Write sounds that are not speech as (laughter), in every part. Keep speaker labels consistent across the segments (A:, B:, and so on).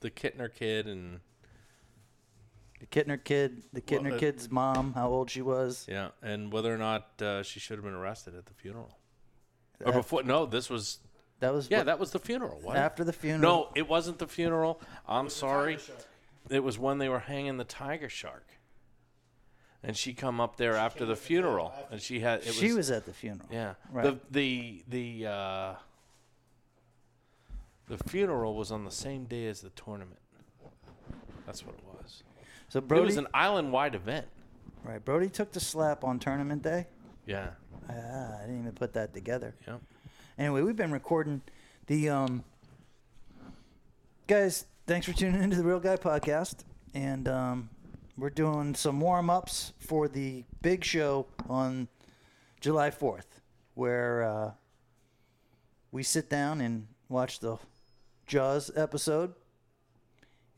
A: the Kittner kid and
B: The Kittner kid, the Kittner
A: uh,
B: kid's mom, how old she was.
A: yeah, and whether or not uh, she should have been arrested at the funeral or
B: That-
A: before. No, this was
B: That was
A: yeah,
B: what-
A: that was the funeral. What?
B: after the funeral.
A: no, it wasn't the funeral. I'm sorry. It was when they were hanging the tiger shark. And she come up there after the funeral, and she had it
B: she was, at the funeral.
A: Yeah.
B: Right.
A: The the the uh, the funeral was on the same day as the tournament. That's what it was.
B: So Brody,
A: It was an island wide event.
B: right? Brody took the slap on tournament day.
A: Yeah.
B: Ah, I didn't even put that together.
A: Yeah.
B: Anyway, we've been recording the um guys, thanks for tuning into the Real Guy podcast and um we're doing some warm-ups for the big show on July 4th where uh we sit down and watch the Jaws episode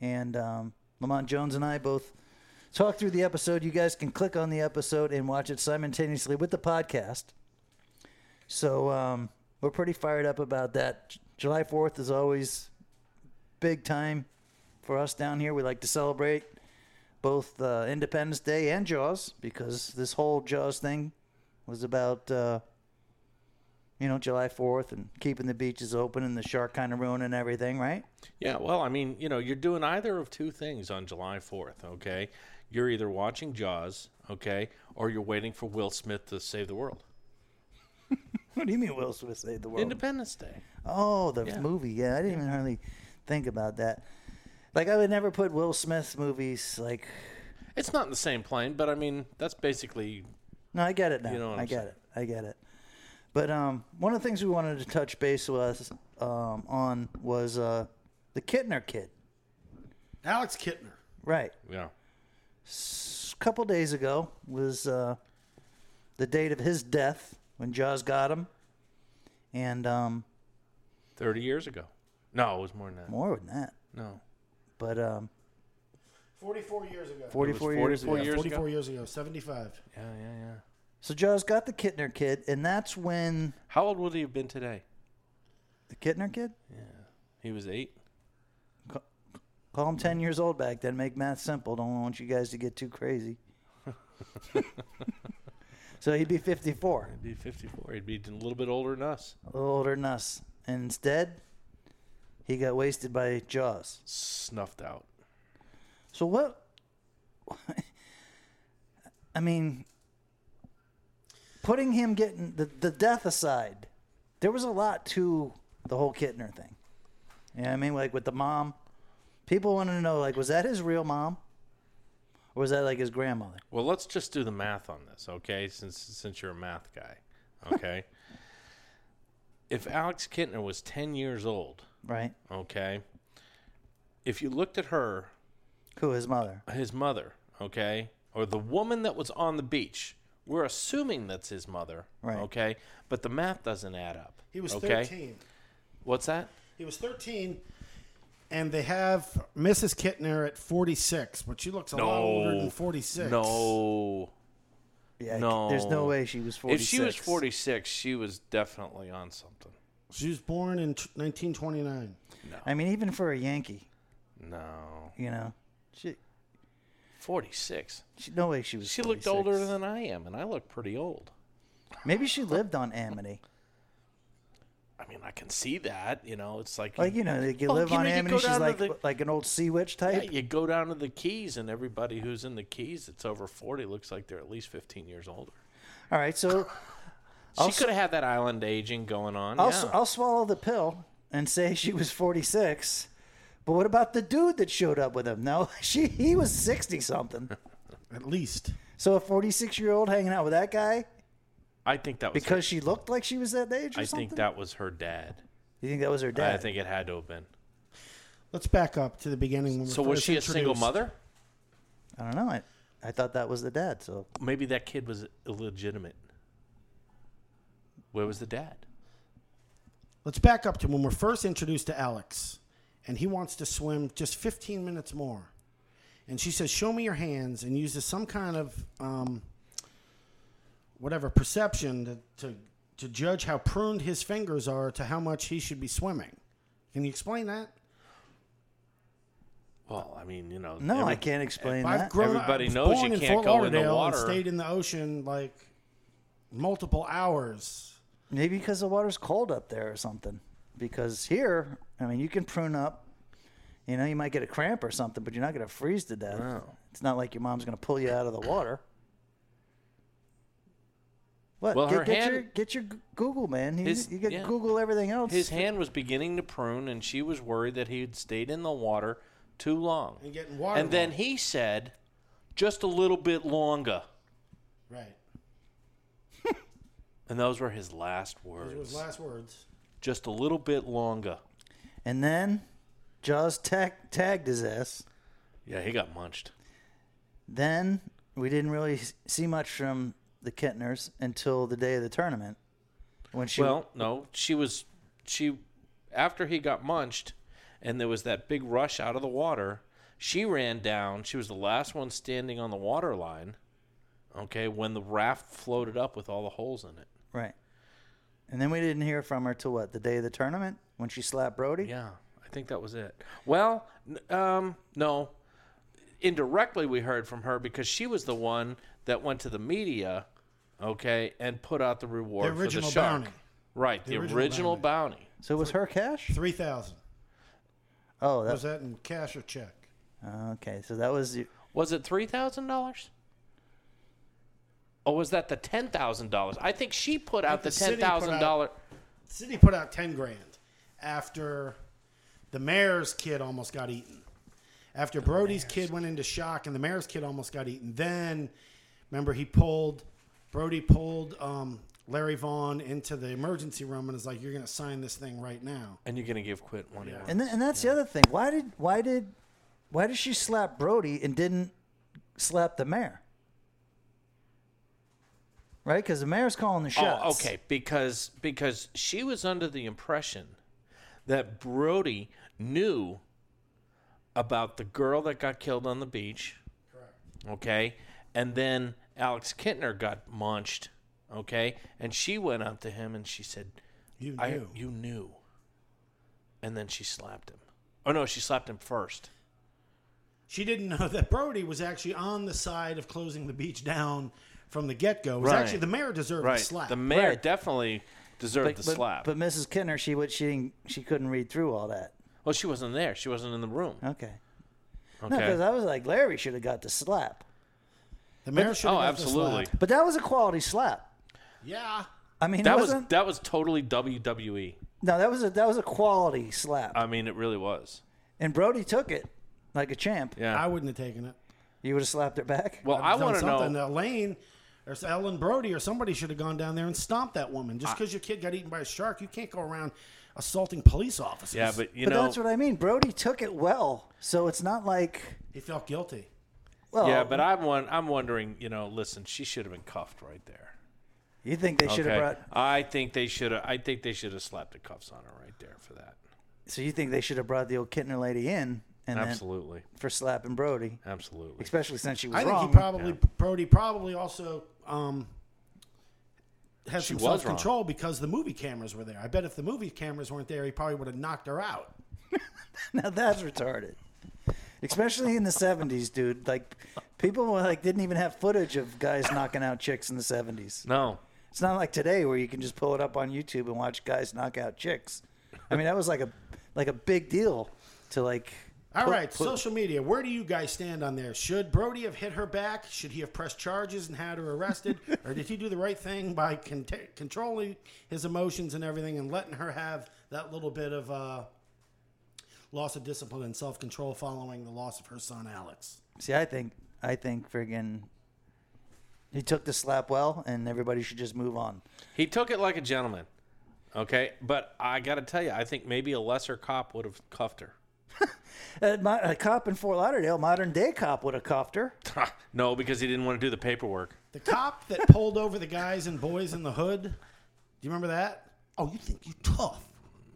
B: and um Lamont Jones and I both talk through the episode. You guys can click on the episode and watch it simultaneously with the podcast. So um, we're pretty fired up about that. J- July 4th is always big time for us down here. We like to celebrate both uh, Independence Day and Jaws because this whole Jaws thing was about, uh, you know, July 4th and keeping the beaches open and the shark kind of ruining everything, right? (laughs)
A: Yeah, well, I mean, you know, you're doing either of two things on July 4th, okay? You're either watching Jaws, okay, or you're waiting for Will Smith to save the world.
B: What do you mean Will Smith saved the world?
A: Independence Day.
B: Oh, the
A: Yeah.
B: movie. Yeah, I didn't even hardly think about that. Like I would never put Will Smith movies like.
A: It's not in the same plane, but I mean, that's basically
B: No, I get it now.
A: You know what
B: I
A: I'm
B: get
A: saying.
B: it. I get it. But um, one of the things we wanted to touch base was um, on was uh, the Kittner kid.
C: Alex Kittner.
B: Right.
A: yeah.
B: A couple days ago was uh, the date of his death when Jaws got him, and um,
A: 30 years ago. No, it was more than that.
B: more than that.
A: No.
B: But um,
C: 44 years ago.
B: forty-four, years.
A: 44
B: ago.
C: Yeah,
A: years
C: 44
A: ago?
C: years ago. 75.
A: Yeah, yeah, yeah.
B: So Jaws got the Kittner kid, and that's when
A: How old would he have been today?
B: the Kittner kid.
A: He was eight.
B: Call him 10 years old back then. Make math simple. Don't want you guys to get too crazy. so he'd be 54,
A: He'd be 54. He'd be a little bit older than us.
B: a little older than us. And instead, he got wasted by Jaws.
A: Snuffed out.
B: So what? (laughs) I mean, putting him getting the, the death aside, there was a lot to the whole Kittner thing. You know what I mean? Like with the mom, people wanted to know, like, was that his real mom? Or was that like his grandmother?
A: Well, let's just do the math on this, okay? Since since you're a math guy, okay? if Alex Kittner was 10 years old,
B: Right?
A: okay? If you looked at her,
B: Who his mother?
A: his mother, okay? Or the woman that was on the beach, we're assuming that's his mother,
B: Right.
A: okay? But the math doesn't add up.
C: He was
A: okay?
C: 13.
A: What's that?
C: He was 13, and they have Mrs. Kittner at 46, but she looks a lot older than 46.
A: No.
B: Yeah,
A: No.
B: there's no way she was 46.
A: If she was 46, she was definitely on something.
C: She was born in t- 1929.
B: I mean, even for a Yankee,
A: No.
B: you know, she,
A: 46.
B: she no way she was.
A: She looked
B: 46.
A: older than I am, and I look pretty old.
B: Maybe she lived on Amity.
A: (laughs) I mean, I can see that. You know, it's like,
B: Like you know, like you
A: Oh,
B: live
A: you
B: on
A: know, you
B: Amity.
A: go
B: She's
A: down to
B: like
A: the-
B: like an old sea witch type.
A: yeah, you go down to the Keys, and everybody who's in the Keys that's over 40 looks like they're at least 15 years older.
B: All right, so
A: She
B: Also-
A: could have had that island aging going on.
B: I'll
A: yeah.
B: I'll swallow the pill and say (laughs) she was 46. But what about the dude that showed up with him? No, (laughs) she he was 60 something.
A: (laughs)
C: At least.
B: So a 46 year old hanging out with that guy
A: I think that was her-
B: because she looked like she was that age or
A: I
B: something.
A: think that was her dad.
B: you think that was her dad?
A: I think it had to have been.
C: Let's back up to the beginning. When we
A: So was
C: first
A: she a single
C: introduced.
A: mother?
B: I don't know. I, I thought that was the dad. So
A: Maybe that kid was illegitimate. Where was the dad?
C: Let's back up to when we're first introduced to Alex, and he wants to swim just 15 minutes more. And she says, Show me your hands, and uses some kind of um, whatever perception to, to, to judge how pruned his fingers are to how much he should be swimming. Can you explain that?
A: Well, I mean, you know,
B: No, I
A: every-
B: can't explain
C: I've
B: that.
C: grown up-
A: Everybody
C: I was
A: knows you
C: born in
A: can't
C: Fort
A: go in the
C: Lauderdale and
A: water.
C: Stayed in the ocean like multiple hours.
B: Maybe because the water's cold up there or something. Because here, I mean, you can prune up. You know, you might get a cramp or something, but you're not going to freeze to death.
A: Wow.
B: It's not like your mom's going to pull you out of the water. What?
A: Well,
B: get,
A: her
B: get
A: hand-
B: your get your G- Google, man. You,
A: His-
B: you can
A: yeah.
B: Google everything else.
A: His hand was beginning to prune, and she was worried that he had stayed in the water too long.
C: And getting water
A: And then
C: logged.
A: he said, just a little bit longer.
C: Right.
A: And those were his last
C: Those
A: words.
C: were his last words.
A: Just a little bit longer.
B: and then Jaws tag, tagged his ass.
A: Yeah, he got munched.
B: Then we didn't really s- see much from the Kettners until the day of the tournament. When she
A: Well, no, she was she after he got munched and there was that big rush out of the water, she ran down. She was the last one standing on the water line. Okay, when the raft floated up with all the holes in it.
B: Right. And then we didn't hear from her till what the day of the tournament when she slapped Brody.
A: Yeah, I think that was it. Well, n- um, no. Indirectly, we heard from her because she was the one that went to the media, okay, and put out the reward
C: The original
A: for the shark.
C: bounty.
A: Right, the, original,
C: original
A: bounty.
B: So it was her cash?
C: Three thousand.
B: Oh,
C: Was
B: that,
C: that in cash or check?
B: okay. So that was the-
A: Was it three thousand dollars? Or was that the ten thousand dollars? I think she put out the,
C: the
A: ten
C: city put
A: thousand dollar.
C: out- City put out ten grand after the mayor's kid almost got eaten. After Brody's kid went into shock and the mayor's kid almost got eaten. Then remember he pulled Brody pulled um, Larry Vaughn into the emergency room and is like, You're gonna sign this thing right now.
A: And you're gonna give Quit one.
B: And th- and that's the other thing. Why did why did why did she slap Brody and didn't slap the mayor? Right? Cuz the mayor's calling the shots.
A: Oh, okay. Because because she was under the impression that Brody knew about the girl that got killed on the beach. Correct. Okay, and then Alex Kintner got munched. Okay, and she went up to him and she said,
C: You
A: "I
C: knew.
A: you knew." And then she slapped him. Oh no, she slapped him first.
C: She didn't know that Brody was actually on the side of closing the beach down from the get go. It was
A: Right.
C: actually the mayor deserved a slap.
A: The mayor
B: Right.
A: definitely deserved the
B: But,
A: slap.
B: but Mrs. Kinner, she would she didn't, she couldn't read through all that.
A: well, she wasn't there. She wasn't in the room.
B: Okay. No,
A: Okay.
B: because I was like Larry should have got the slap.
C: the mayor should
A: oh,
C: have the
A: absolutely.
C: slap.
B: But that was a quality slap.
C: Yeah.
B: I mean,
A: that
B: it
A: was
B: wasn't,
A: that was totally WWE.
B: No, that was a that was a quality slap,
A: I mean, it really was.
B: and Brody took it like a champ.
A: Yeah.
C: I wouldn't have taken it.
B: You would have slapped it back.
A: well, I want to know.
C: Elaine or Ellen Brody or somebody should have gone down there and stomped that woman. Just because your kid got eaten by a shark, you can't go around assaulting police officers.
A: Yeah, but you
B: but
A: know.
B: that's what I mean. Brody took it well, so it's not like
C: he felt guilty.
B: well.
A: yeah, but I'm one. I'm wondering. You know, listen, she should have been cuffed right there.
B: you think they should
A: Okay.
B: have brought?
A: I think they should have. I think they should have slapped the cuffs on her right there for that.
B: So you think they should have brought the old Kittner lady in and then
A: Absolutely,
B: for slapping Brody,
A: absolutely.
B: especially since she was
C: I think
B: wrong.
C: he probably Brody probably also um, had some
A: was wrong.
C: self control because the movie cameras were there. I bet if the movie cameras weren't there, he probably would have knocked her out.
B: (laughs) now that's retarded. Especially in the '70s, dude. Like people were, like didn't even have footage of guys knocking out chicks in the '70s.
A: No,
B: It's not like today where you can just pull it up on YouTube and watch guys knock out chicks. I mean, that was like a like a big deal to like.
C: All
B: put-
C: right,
B: put-
C: social media. Where do you guys stand on there? Should Brody have hit her back? Should he have pressed charges and had her (laughs) arrested, or did he do the right thing by con- controlling his emotions and everything and letting her have that little bit of uh, loss of discipline and self control following the loss of her son Alex?
B: see, I think I think friggin' he took the slap well, and everybody should just move on.
A: he took it like a gentleman. Okay, but I got to tell you, I think maybe a lesser cop would have cuffed her. (laughs)
B: Uh, my, a cop in Fort Lauderdale, modern day cop, would have cuffed her.
A: no, because he didn't want to do the paperwork.
C: The (laughs) cop that pulled over the guys and boys in the hood. Do you remember that? Oh, you think you tough?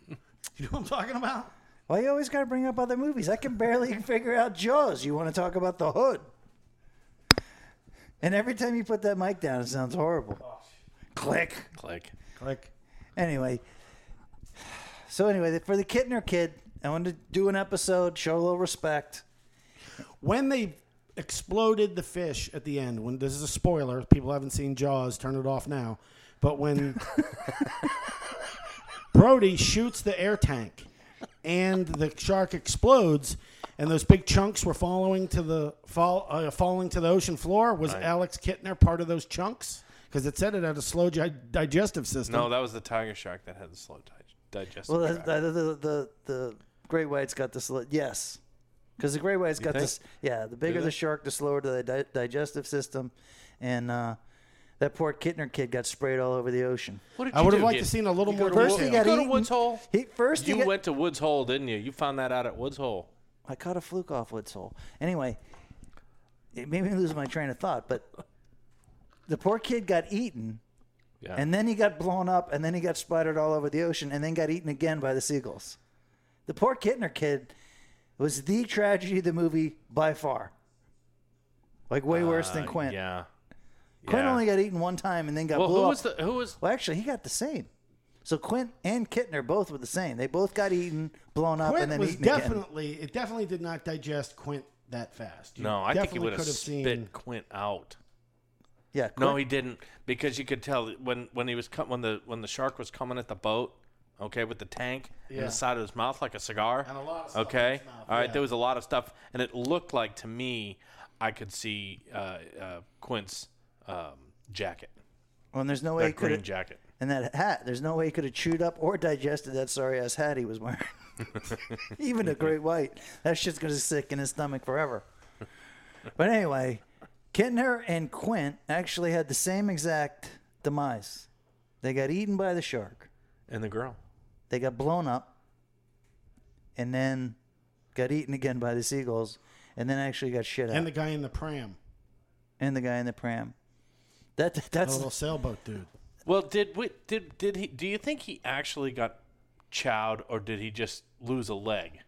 C: (laughs) You know what I'm talking about?
B: Why you always got to bring up other movies? I can barely (laughs) figure out Jaws. You want to talk about The Hood? And every time you put that mic down, it sounds horrible. Click.
A: Click.
C: Like
B: anyway, so anyway, for the Kittner kid, I wanted to do an episode, show a little respect,
C: When they exploded the fish at the end, when this is a spoiler, people haven't seen Jaws, turn it off now.
B: (laughs)
C: But when Brody shoots the air tank and the shark explodes and those big chunks were falling to the fall uh, falling to the ocean floor was Alex Kittner part of those chunks because it said it had a slow gi- digestive system
A: No, that was the tiger shark that had the slow di- digestive.
B: Well,
A: tract.
B: the, the, the, the, the great white's got this. li- Yes. Because the great white's got
A: think?
B: this. Yeah, the bigger
A: they?
B: the shark, the slower the di- digestive system. And uh, that poor Kittner kid got sprayed all over the ocean.
A: what did
C: I
A: you
C: would have
A: do,
C: liked
A: kid?
C: to seen a little
B: You
C: more.
B: go to First
C: detail.
B: he got
A: Go to
B: eaten.
A: Woods Hole.
B: He first he
A: you
B: got-
A: went to Woods Hole, didn't you? You found that out at Woods Hole.
B: I caught a fluke off Woods Hole. Anyway, it made me lose my train of thought, but the poor kid got eaten,
A: Yeah.
B: and then he got blown up, and then he got splattered all over the ocean, and then got eaten again by the seagulls. The poor Kittner kid was the tragedy of the movie by far. Like way worse than
A: Uh,
B: Quint.
A: Yeah.
B: Quint
A: Yeah.
B: only got eaten one time and then got
A: Well,
B: blew
A: who
B: up.
A: was the who was
B: well, actually, he got the same. So Quint and Kittner both were the same. They both got eaten, blown up,
C: Quint
B: and then
C: was
B: eaten again.
C: definitely it definitely did not digest Quint that fast. You
A: no? I think he
C: definitely
A: would have
C: could
A: spit
C: seen-
A: Quint out.
B: Yeah.
A: No,
B: Quint-
A: he didn't because you could tell when when he was com- when the when the shark was coming at the boat, okay, with the tank in
C: Yeah.
A: the side of his mouth like a cigar.
C: And a lot of stuff in
A: okay,
C: his mouth,
A: all right,
C: yeah.
A: there was a lot of stuff, and it looked like to me, I could see uh, uh, Quint's um, jacket,
B: Well, and there's no way he
A: that
B: could
A: green
B: have
A: jacket.
B: And that hat, there's no way he could have chewed up or digested that sorry ass hat he was wearing. (laughs) Even a great white. That shit's gonna stick in his stomach forever. But anyway, Kittner and Quint actually had the same exact demise. They got eaten by the shark.
A: And the girl.
B: They got blown up and then got eaten again by the seagulls and then actually got shit out.
C: And the guy in the pram,
B: And the guy in the pram. That
C: the
B: that's
C: little sailboat dude.
A: Well, did we, did did he? Do you think he actually got chowed, or did he just lose a leg?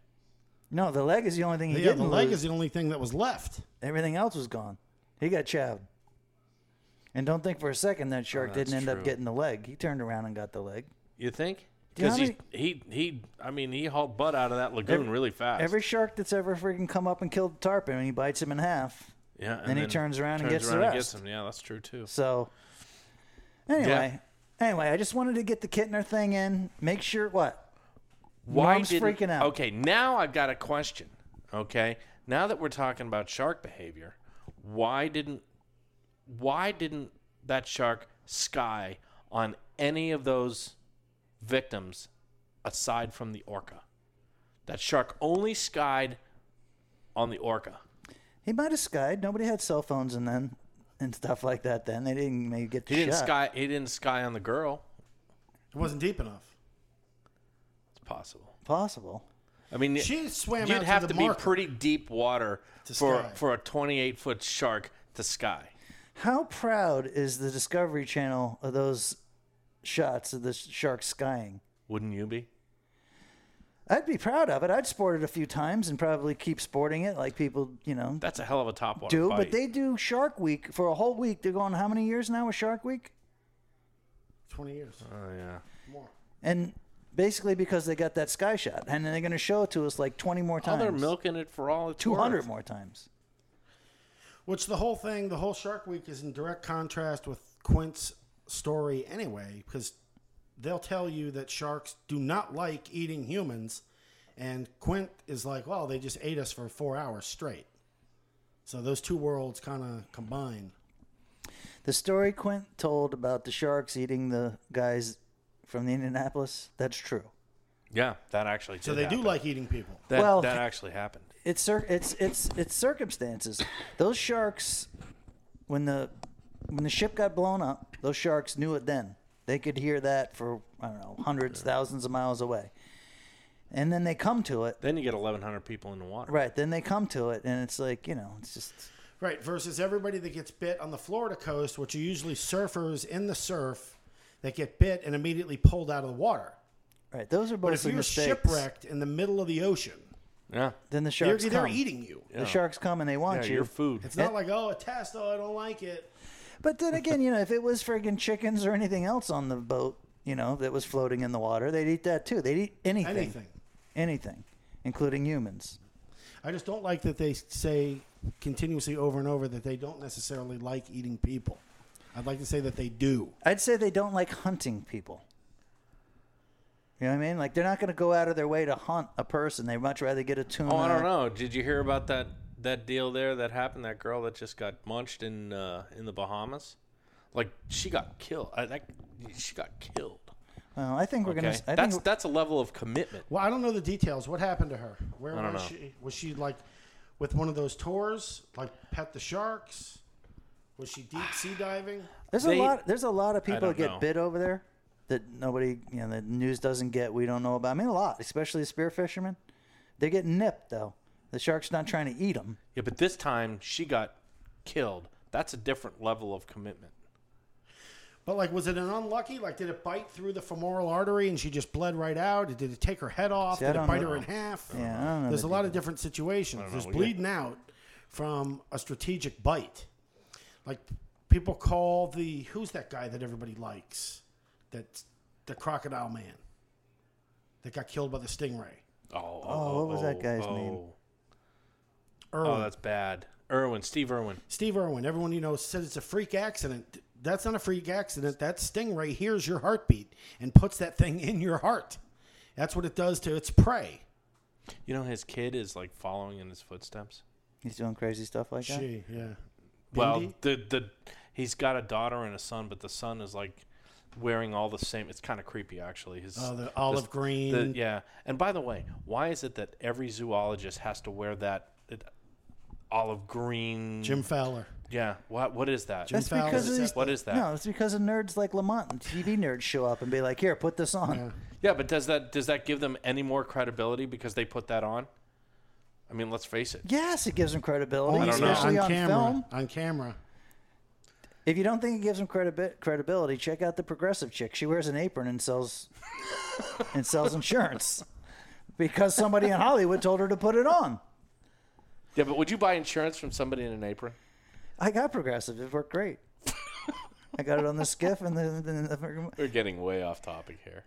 B: no, the leg is the only thing he
C: yeah, the
B: didn't
C: leg
B: lose.
C: is the only thing that was left.
B: Everything else was gone. He got chowed. And don't think for a second that shark didn't end
A: Oh,
B: up
A: true.
B: getting the leg. He turned around and got the leg.
A: You think?
B: Do you know
A: Because
B: how
A: he he he. I mean, he hauled butt out of that lagoon really fast.
B: Every shark that's ever freaking come up and killed the tarpon, and he bites him in half.
A: yeah, and
B: then he turns around and
A: turns
B: gets the
A: around and gets
B: rest.
A: him. Yeah, that's true too.
B: So, anyway, anyway, I just wanted to get the Kittner thing in. Make sure what
A: Why
B: Mom's
A: didn't-
B: freaking out.
A: Okay, now I've got a question. Okay, now that we're talking about shark behavior, why didn't why didn't that shark sky on any of those victims aside from the orca? That shark only skied on the orca.
B: he might have skied. Nobody had cell phones and then and stuff like that. Then they didn't maybe get the
A: He didn't
B: shot.
A: sky. He didn't sky on the girl.
C: It wasn't deep enough.
A: It's possible.
B: Possible.
A: I mean,
C: She swam out
A: you'd
C: to
A: have
C: the
A: to
C: marker.
A: be pretty deep water for
C: sky.
A: for a twenty-eight foot shark to sky.
B: How proud is the Discovery Channel of those shots of the shark skying?
A: Wouldn't you be?
B: I'd be proud of it. I'd sport it a few times and probably keep sporting it like people, you know,
A: That's a hell of a top water
B: do.
A: bite.
B: But they do Shark Week for a whole week. They're going how many years now with Shark Week?
C: Twenty years
A: Oh yeah.
C: more.
B: And basically because they got that sky shot. And then they're going to show it to us like 20 more
A: Oh,
B: times.
A: they're milking it for all it's
B: 200
A: worth.
B: more times.
C: Which the whole thing, the whole Shark Week is in direct contrast with Quint's story anyway, because they'll tell you that sharks do not like eating humans. And Quint is like, well, they just ate us for four hours straight. So those two worlds kind of combine.
B: The story Quint told about the sharks eating the guys from the Indianapolis, that's true.
A: Yeah, that actually. Did
C: So they do
A: happen.
C: like eating people.
A: that.
B: Well-
A: that actually happened.
B: it's cir- it's it's it's circumstances. Those sharks, when the when the ship got blown up, those sharks knew it then. They could hear that for I don't know hundreds, thousands of miles away, and then they come to it.
A: Then you get 1,100 people in the water.
B: Right, then they come to it, and it's like you know, it's just
C: Right, versus everybody that gets bit on the Florida coast, which are usually surfers in the surf that get bit and immediately pulled out of the water.
B: right. Those are both
C: But if
B: the
C: you're
B: mistakes.
C: shipwrecked in the middle of the ocean,
A: Yeah.
B: then the
C: they're,
B: sharks
C: they're
B: come.
C: eating you.
B: The sharks come and they
A: Yeah,
B: want you.
A: your food.
C: It's not like, oh, a test, oh, I don't like it.
B: But then again, you know, if it was friggin' chickens or anything else on the boat, you know, that was floating in the water, they'd eat that too. They'd eat
C: Anything.
B: anything, including humans.
C: I just don't like that they say continuously over and over that they don't necessarily like eating people. I'd like to say that they do.
B: I'd say they don't like hunting people. You know what I mean? Like they're not going to go out of their way to hunt a person. They'd much rather get a tuna.
A: Oh, I don't know. Did you hear about that that deal there that happened? That girl that just got munched in uh, in the Bahamas, like she got killed. I, that, she got killed.
B: Well, I think we're
A: Okay,
B: going to. I
A: that's
B: think,
A: that's a level of commitment.
C: Well, I don't know the details. What happened to her? Where
A: I don't
C: was
A: know.
C: she? Was she like with one of those tours, like pet the sharks? Was she deep sea diving?
B: there's
A: they-
B: a lot. There's a lot of people
A: don't
B: that get
A: know.
B: bit over there that nobody, you know, that news doesn't get. We don't know about. I mean, a lot, especially the spear fishermen. They're getting nipped though. The shark's not trying to eat them.
A: Yeah, but this time she got killed. That's a different level of commitment.
C: But like, was it an unlucky? Like, did it bite through the femoral arteary and she just bled right out? Did it take her head off?
B: See, I
C: did it
B: don't
C: bite
B: know.
C: her in half?
B: Yeah, I don't know
C: There's
B: the
C: a lot of different situations. There's bleeding out from a strategic bite. Like people call the who's that guy that everybody likes? That's the crocodile man that got killed by the stingray.
A: Oh,
B: what was that guy's name?
C: Irwin.
A: Oh, that's bad. Irwin, Steve Irwin.
C: Steve Irwin. Everyone you know said it's a freak accident. That's not a freak accident. That stingray hears your heartbeat and puts that thing in your heart. That's what it does to its prey.
A: You know his kid is like following in his footsteps.
B: He's doing crazy stuff like that.
C: She, yeah.
A: Well,
C: Bindi?
A: the the he's got a daughter and a son, but the son is like wearing all the same. It's kind of creepy, actually. His
C: Oh, the olive
A: this-
C: green.
A: the- yeah. And by the way, why is it that every zoologist has to wear that it, olive green?
C: Jim Fowler.
A: Yeah. What what is that?
B: That's
C: Fowler
B: because of
C: said-
B: these,
A: What is that?
B: No, it's because of nerds like Lamont and TV nerds show up and be like, "Here, put this on."
A: Yeah, but does that does that give them any more credibility because they put that on? I mean, let's face it.
B: Yes, it gives them credibility,
A: I don't know.
B: especially on
C: Oh, camera.
B: film.
C: On camera.
B: If you don't think it gives them credibi- credibility, check out the progressive chick. She wears an apron and sells (laughs) and sells insurance because somebody in Hollywood told her to put it on.
A: Yeah, but would you buy insurance from somebody in an apron?
B: I got progressive. It worked great. I got it on the skiff and the. the, the
A: We're getting way off topic here.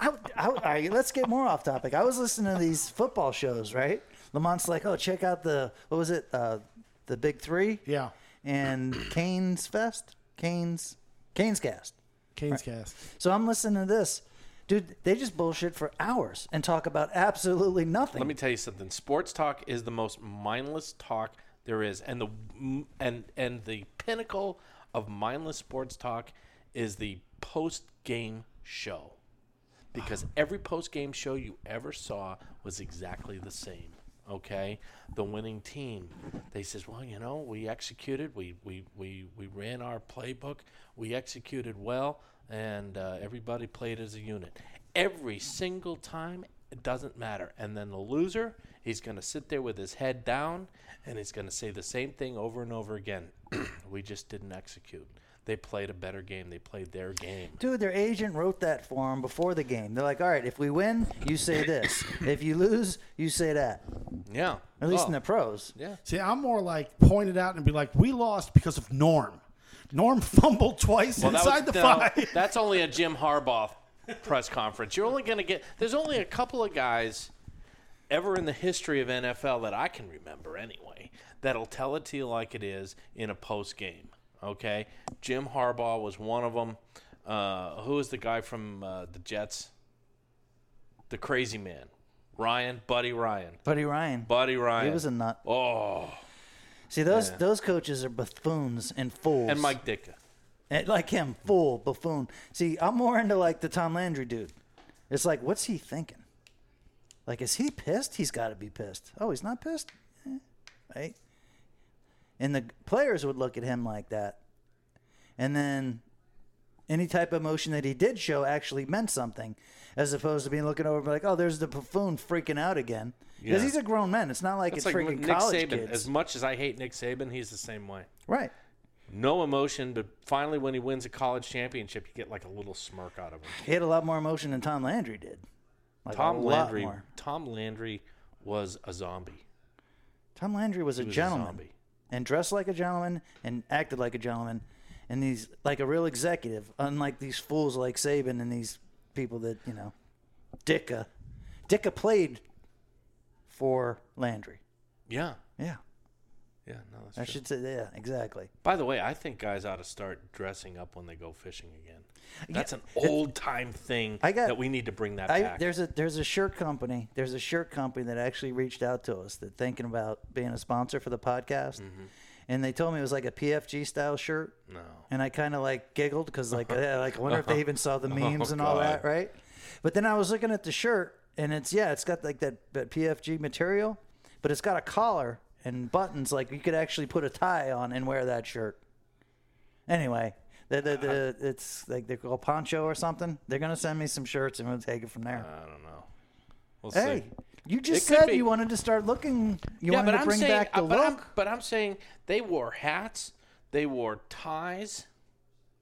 B: I, I, all right, let's get more off topic. I was listening to these football shows, right? Lamont's like, oh, check out the what was it, uh, the Big Three,
C: Yeah.
B: and Kane's Fest, Kane's, Kane's Cast.
C: Kane's cast.
B: So I'm listening to this. Dude, they just bullshit for hours and talk about absolutely nothing.
A: Let me tell you something. Sports talk is the most mindless talk there is, and the and and the pinnacle of mindless sports talk is the post game show, because every post game show you ever saw was exactly the same. Okay, the winning team, they says, well, you know, we executed, we we we we ran our playbook, we executed well, and uh, everybody played as a unit. Every single time, it doesn't matter. And then the loser, he's going to sit there with his head down and he's going to say the same thing over and over again. (clears throat) we just didn't execute. They played a better game. They played their game.
B: Dude, their agent wrote that for them before the game. They're like, all right, if we win, you say
A: (coughs)
B: this. if you lose, you say that.
A: Yeah.
B: At least
A: Oh,
B: in the pros.
A: yeah.
C: See, I'm more like point it out and be like, we lost because of Norm. Norm (laughs) fumbled twice
A: Well, that was-
C: inside the
A: no, (laughs)
C: five.
A: That's only a Jim Harbaugh press conference. You're only going to get there's only a couple of guys ever in the history of NFL that I can remember anyway that'll tell it to you like it is in a post game. Okay, Jim Harbaugh was one of them. Uh, who is the guy from uh, the Jets? The crazy man, Ryan, Buddy Ryan,
B: Buddy Ryan.
A: Buddy Ryan.
B: He was a nut.
A: oh,
B: See, those those coaches are buffoons and fools.
A: and Mike Ditka.
B: And like him, fool, buffoon. See, I'm more into like the Tom Landry dude. It's like, what's he thinking? Like, is he pissed? He's got to be pissed. Oh, he's not pissed, Eh, right? And the players would look at him like that, and then any type of emotion that he did show actually meant something, as opposed to being looking over and be like, oh, there's the buffoon freaking out again. Because
A: Yeah.
B: he's a grown man. It's not like
A: It's
B: it's
A: like
B: freaking
A: Nick
B: college
A: Saban.
B: kids,
A: As much as I hate Nick Saban, he's the same way.
B: right?
A: no emotion, but finally, when he wins a college championship, you get like a little smirk out of him.
B: He had a lot more emotion than Tom Landry did. Like, a
A: Tom
B: lot
A: Landry.
B: more.
A: Tom Landry was a zombie.
B: Tom Landry was a
A: was a
B: gentleman
A: zombie.
B: and dressed like a gentleman and acted like a gentleman and he's like a real executive, unlike these fools like Saban and these people that, you know, Dicka. Dicka played for Landry.
A: Yeah.
B: Yeah,
A: Yeah. No, that's
B: I
A: true.
B: should say. Yeah, exactly.
A: By the way, I think guys ought to start dressing up when they go fishing again. That's an old time thing
B: I got-
A: that we need to bring that
B: I,
A: back.
B: there's a there's a shirt company. There's a shirt company that actually reached out to us that thinking about being a sponsor for the podcast, and they told me it was like a PFG style shirt,
A: no.
B: and I kind of like giggled because like eh, like I wonder if they even
A: (laughs)
B: saw the memes and all
A: Uh-huh.
B: that,
A: Oh, God.
B: right? But then I was looking at the shirt, and it's yeah, it's got like that, that PFG material, but it's got a collar and buttons. Like you could actually put a tie on and wear that shirt. Anyway. The, the, the,
A: Uh-huh.
B: it's like they're called poncho or something. They're gonna send me some shirts and we'll take it from there.
A: I don't know. We'll
B: Hey,
A: see.
B: you just
A: Ah, It could
B: said
A: be.
B: you wanted to start looking. You
A: yeah, but
B: wanted to
A: I'm
B: bring
A: saying,
B: back the
A: uh, but, I'm,
B: look.
A: but I'm saying they wore hats, they wore ties,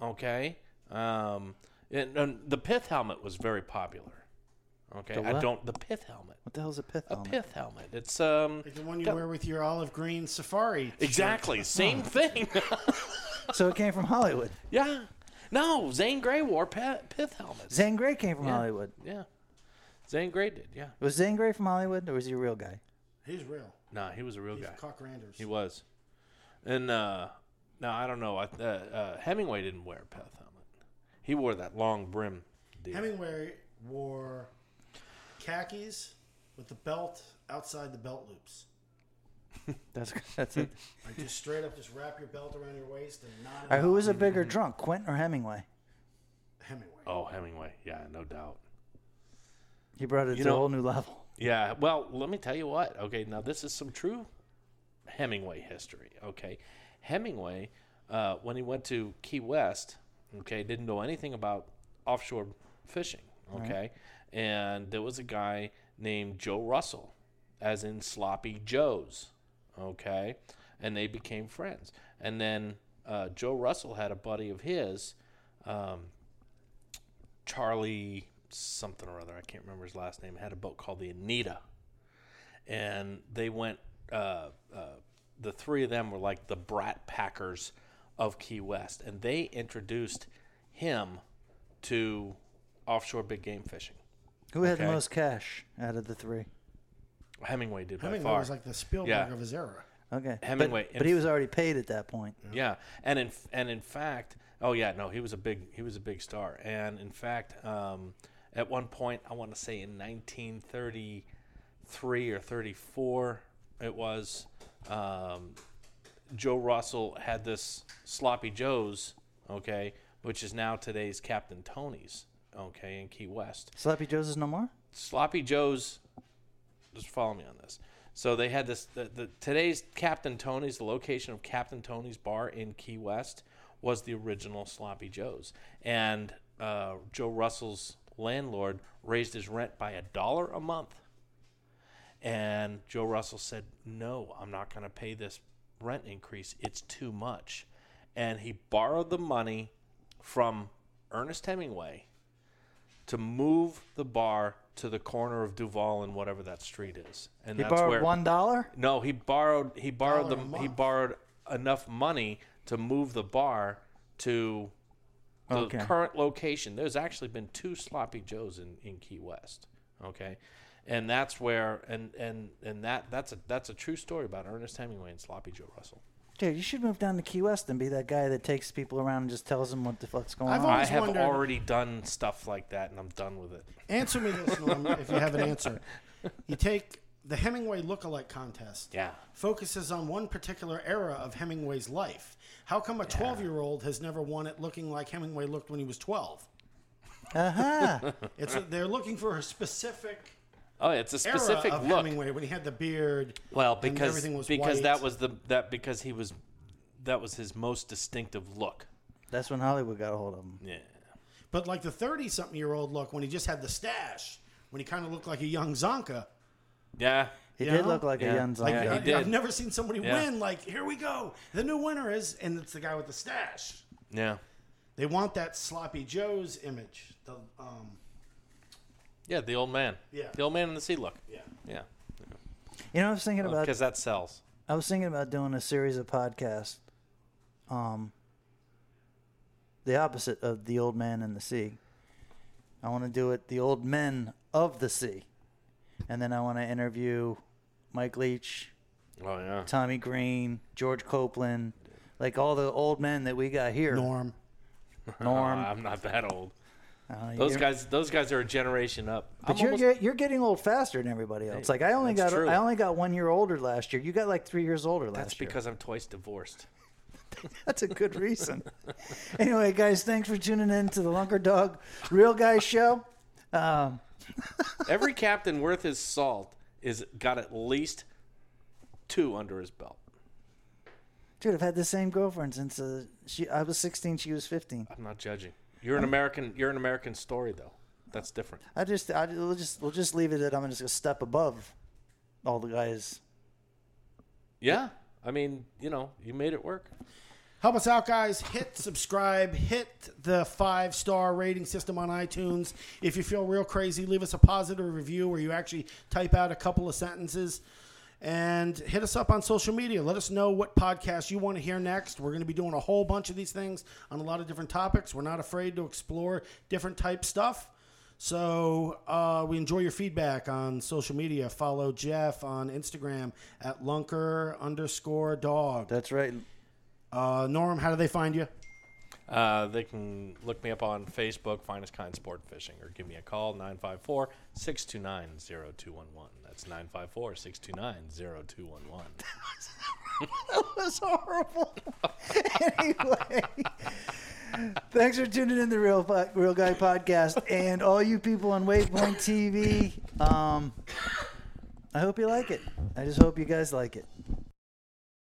A: okay. Um, and, and the pith helmet was very popular. Okay,
B: The
A: I
B: what?
A: don't the pith helmet.
B: What the hell's a pith
A: A
B: helmet?
A: pith helmet. It's um
C: Like the one you
A: got-
C: wear with your olive green safari.
A: exactly same thing. (laughs)
B: So it came from Hollywood.
A: yeah, no, Zane Grey wore pith, pith helmets.
B: Zane Grey came from Hollywood.
A: yeah, Zane Grey did. Yeah,
B: Was Zane Grey from Hollywood, or was he a real guy?
C: He's real.
A: nah, he was a real
C: He's
A: guy.
C: Cock Randers.
A: He was, and uh, no, I don't know. I, uh, uh, Hemingway didn't wear a pith helmet. He wore that long brim. Deal.
C: Hemingway wore khakis with the belt outside the belt loops.
B: That's that's it.
C: Like just straight up, just wrap your belt around your waist and not.
B: All right, who was a bigger drunk, Quentin or Hemingway?
C: Hemingway.
A: Oh, Hemingway. Yeah, no doubt.
B: He brought it
A: You
B: to
A: know-
B: a whole new level.
A: Yeah. Well, let me tell you what. Okay, now this is some true Hemingway history. Okay, Hemingway, uh, when he went to Key West, okay, didn't know anything about offshore fishing. Okay, and there was a guy named Joe Russell, as in Sloppy Joe's. Okay, and they became friends. And then uh, Joe Russell had a buddy of his. Um, Charlie something or other. I can't remember his last name. Had a boat called the Anita, and they went. Uh, uh, the three of them were like the brat packers of Key West, and they introduced him to offshore big game fishing.
B: Who had the
A: Okay.
B: most cash out of the three?
A: Hemingway did by
C: Hemingway
A: far.
C: was like the Spielberg
A: Yeah.
C: of his era.
B: Okay, but-
A: Hemingway,
B: But,
A: in
B: he
A: f-
B: was already paid at that point.
A: Yeah, and in and in fact, oh yeah, no, he was a big he was a big star, and in fact, um, at one point, I want to say in 1933 or 34, it was um, Joe Russell had this sloppy Joe's, okay, which is now today's Captain Tony's, okay, in Key West.
B: Sloppy Joe's is no more.
A: Sloppy Joe's. Just follow me on this. So they had this. The, the today's Captain Tony's, the location of Captain Tony's bar in Key West, was the original Sloppy Joe's, and uh, Joe Russell's landlord raised his rent by a dollar a month. And Joe Russell said, No, I'm not going to pay this rent increase. It's too much. And he borrowed the money from Ernest Hemingway to move the bar to the corner of Duval and whatever that street is. And
B: He
A: that's
B: borrowed
A: where
B: one dollar.
A: No, he borrowed he borrowed
C: Dollar
A: the
C: a
A: he
C: month.
A: borrowed enough money to move the bar to the
B: Okay.
A: current location. There's actually been two sloppy joes in, in Key West. Okay. And that's where and and and that that's a that's a true story about Ernest Hemingway and Sloppy Joe Russell.
B: Dude, you should move down to Key West and be that guy that takes people around and just tells them what the fuck's going
C: I've
B: on.
A: I
C: always
A: have
C: wondered-
A: already done stuff like that and I'm done with it.
C: Answer me this, Norm, if you have an answer. You take the Hemingway lookalike contest.
A: Yeah.
C: Focuses on one particular era of Hemingway's life. How come a 12 year old has never won it looking like Hemingway looked when he was 12?
B: Aha!
C: It's they're looking for a specific
A: Oh, it's a
C: era
A: specific
C: of
A: look.
C: Hemingway when he had the beard.
A: Well,
C: and
A: because
C: everything was
A: because
C: white.
A: that was the that because he was that was his most distinctive look.
B: That's when Hollywood got a hold of him.
A: Yeah.
C: But like the 30 something year old look when he just had the stash, when he kind of looked like a young Zonka.
A: Yeah.
B: He
C: You
B: did
C: know?
B: look like
A: Yeah.
B: a young
C: Like,
B: zombie.
A: he
C: I,
A: did.
C: have never seen somebody
A: Yeah.
C: win. Like, here we go. The new winner is, and it's the guy with the stash.
A: Yeah.
C: They want that sloppy Joe's image. The um,
A: Yeah, the old man.
C: Yeah.
A: The old man in the sea look.
C: yeah.
A: Yeah.
B: You know, I was thinking about
A: Because that sells.
B: I was thinking about doing a series of podcasts, um, the opposite of the old man and the sea. I want to do it the old men of the sea, and then I want to interview Mike Leach,
A: Oh yeah.
B: Tommy Green, George Copeland, like all the old men that we got here.
C: Norm.
B: Norm.
A: I'm not that old.
B: Uh,
A: Those
B: you're-
A: guys, those guys are a generation up.
B: But
A: I'm
B: you're,
A: almost-
B: you're you're getting old faster than everybody else. Like I only got
A: that's true.
B: I only got one year older last year. You got like three years older
A: (laughs)
B: last
A: that's
B: year.
A: because I'm twice divorced.
B: That's a good reason. anyway, guys, thanks for tuning in to the Lunker Dog Real Guys Show. Um,
A: Every captain worth his salt is got at least two under his belt.
B: dude, I've had the same girlfriend since uh, she I was 16, she was 15.
A: I'm not judging. You're an American. You're an American story though. That's different.
B: I just I we'll just we'll just leave it at I'm just a step above all the guys.
A: Yeah. I mean, you know, you made it work.
C: Help us out, guys. Hit subscribe. Hit the five star rating system on iTunes. If you feel real crazy, leave us a positive review where you actually type out a couple of sentences. And hit us up on social media. Let us know what podcast you want to hear next. We're going to be doing a whole bunch of these things on a lot of different topics. We're not afraid to explore different type stuff. So uh, we enjoy your feedback on social media. Follow Jeff on Instagram at lunker underscore dog.
B: That's right.
C: Uh, Norm, how do they find you?
A: Uh, they can look me up on Facebook, Finest Kind Sport Fishing, or give me a call, 954 629 0211. That's 954 629 0211.
B: (laughs) That was horrible. (laughs) anyway, (laughs) thanks for tuning in to Real Po- Real Guy Podcast and all you people on Waypoint TV. Um, I hope you like it. I just hope you guys like it.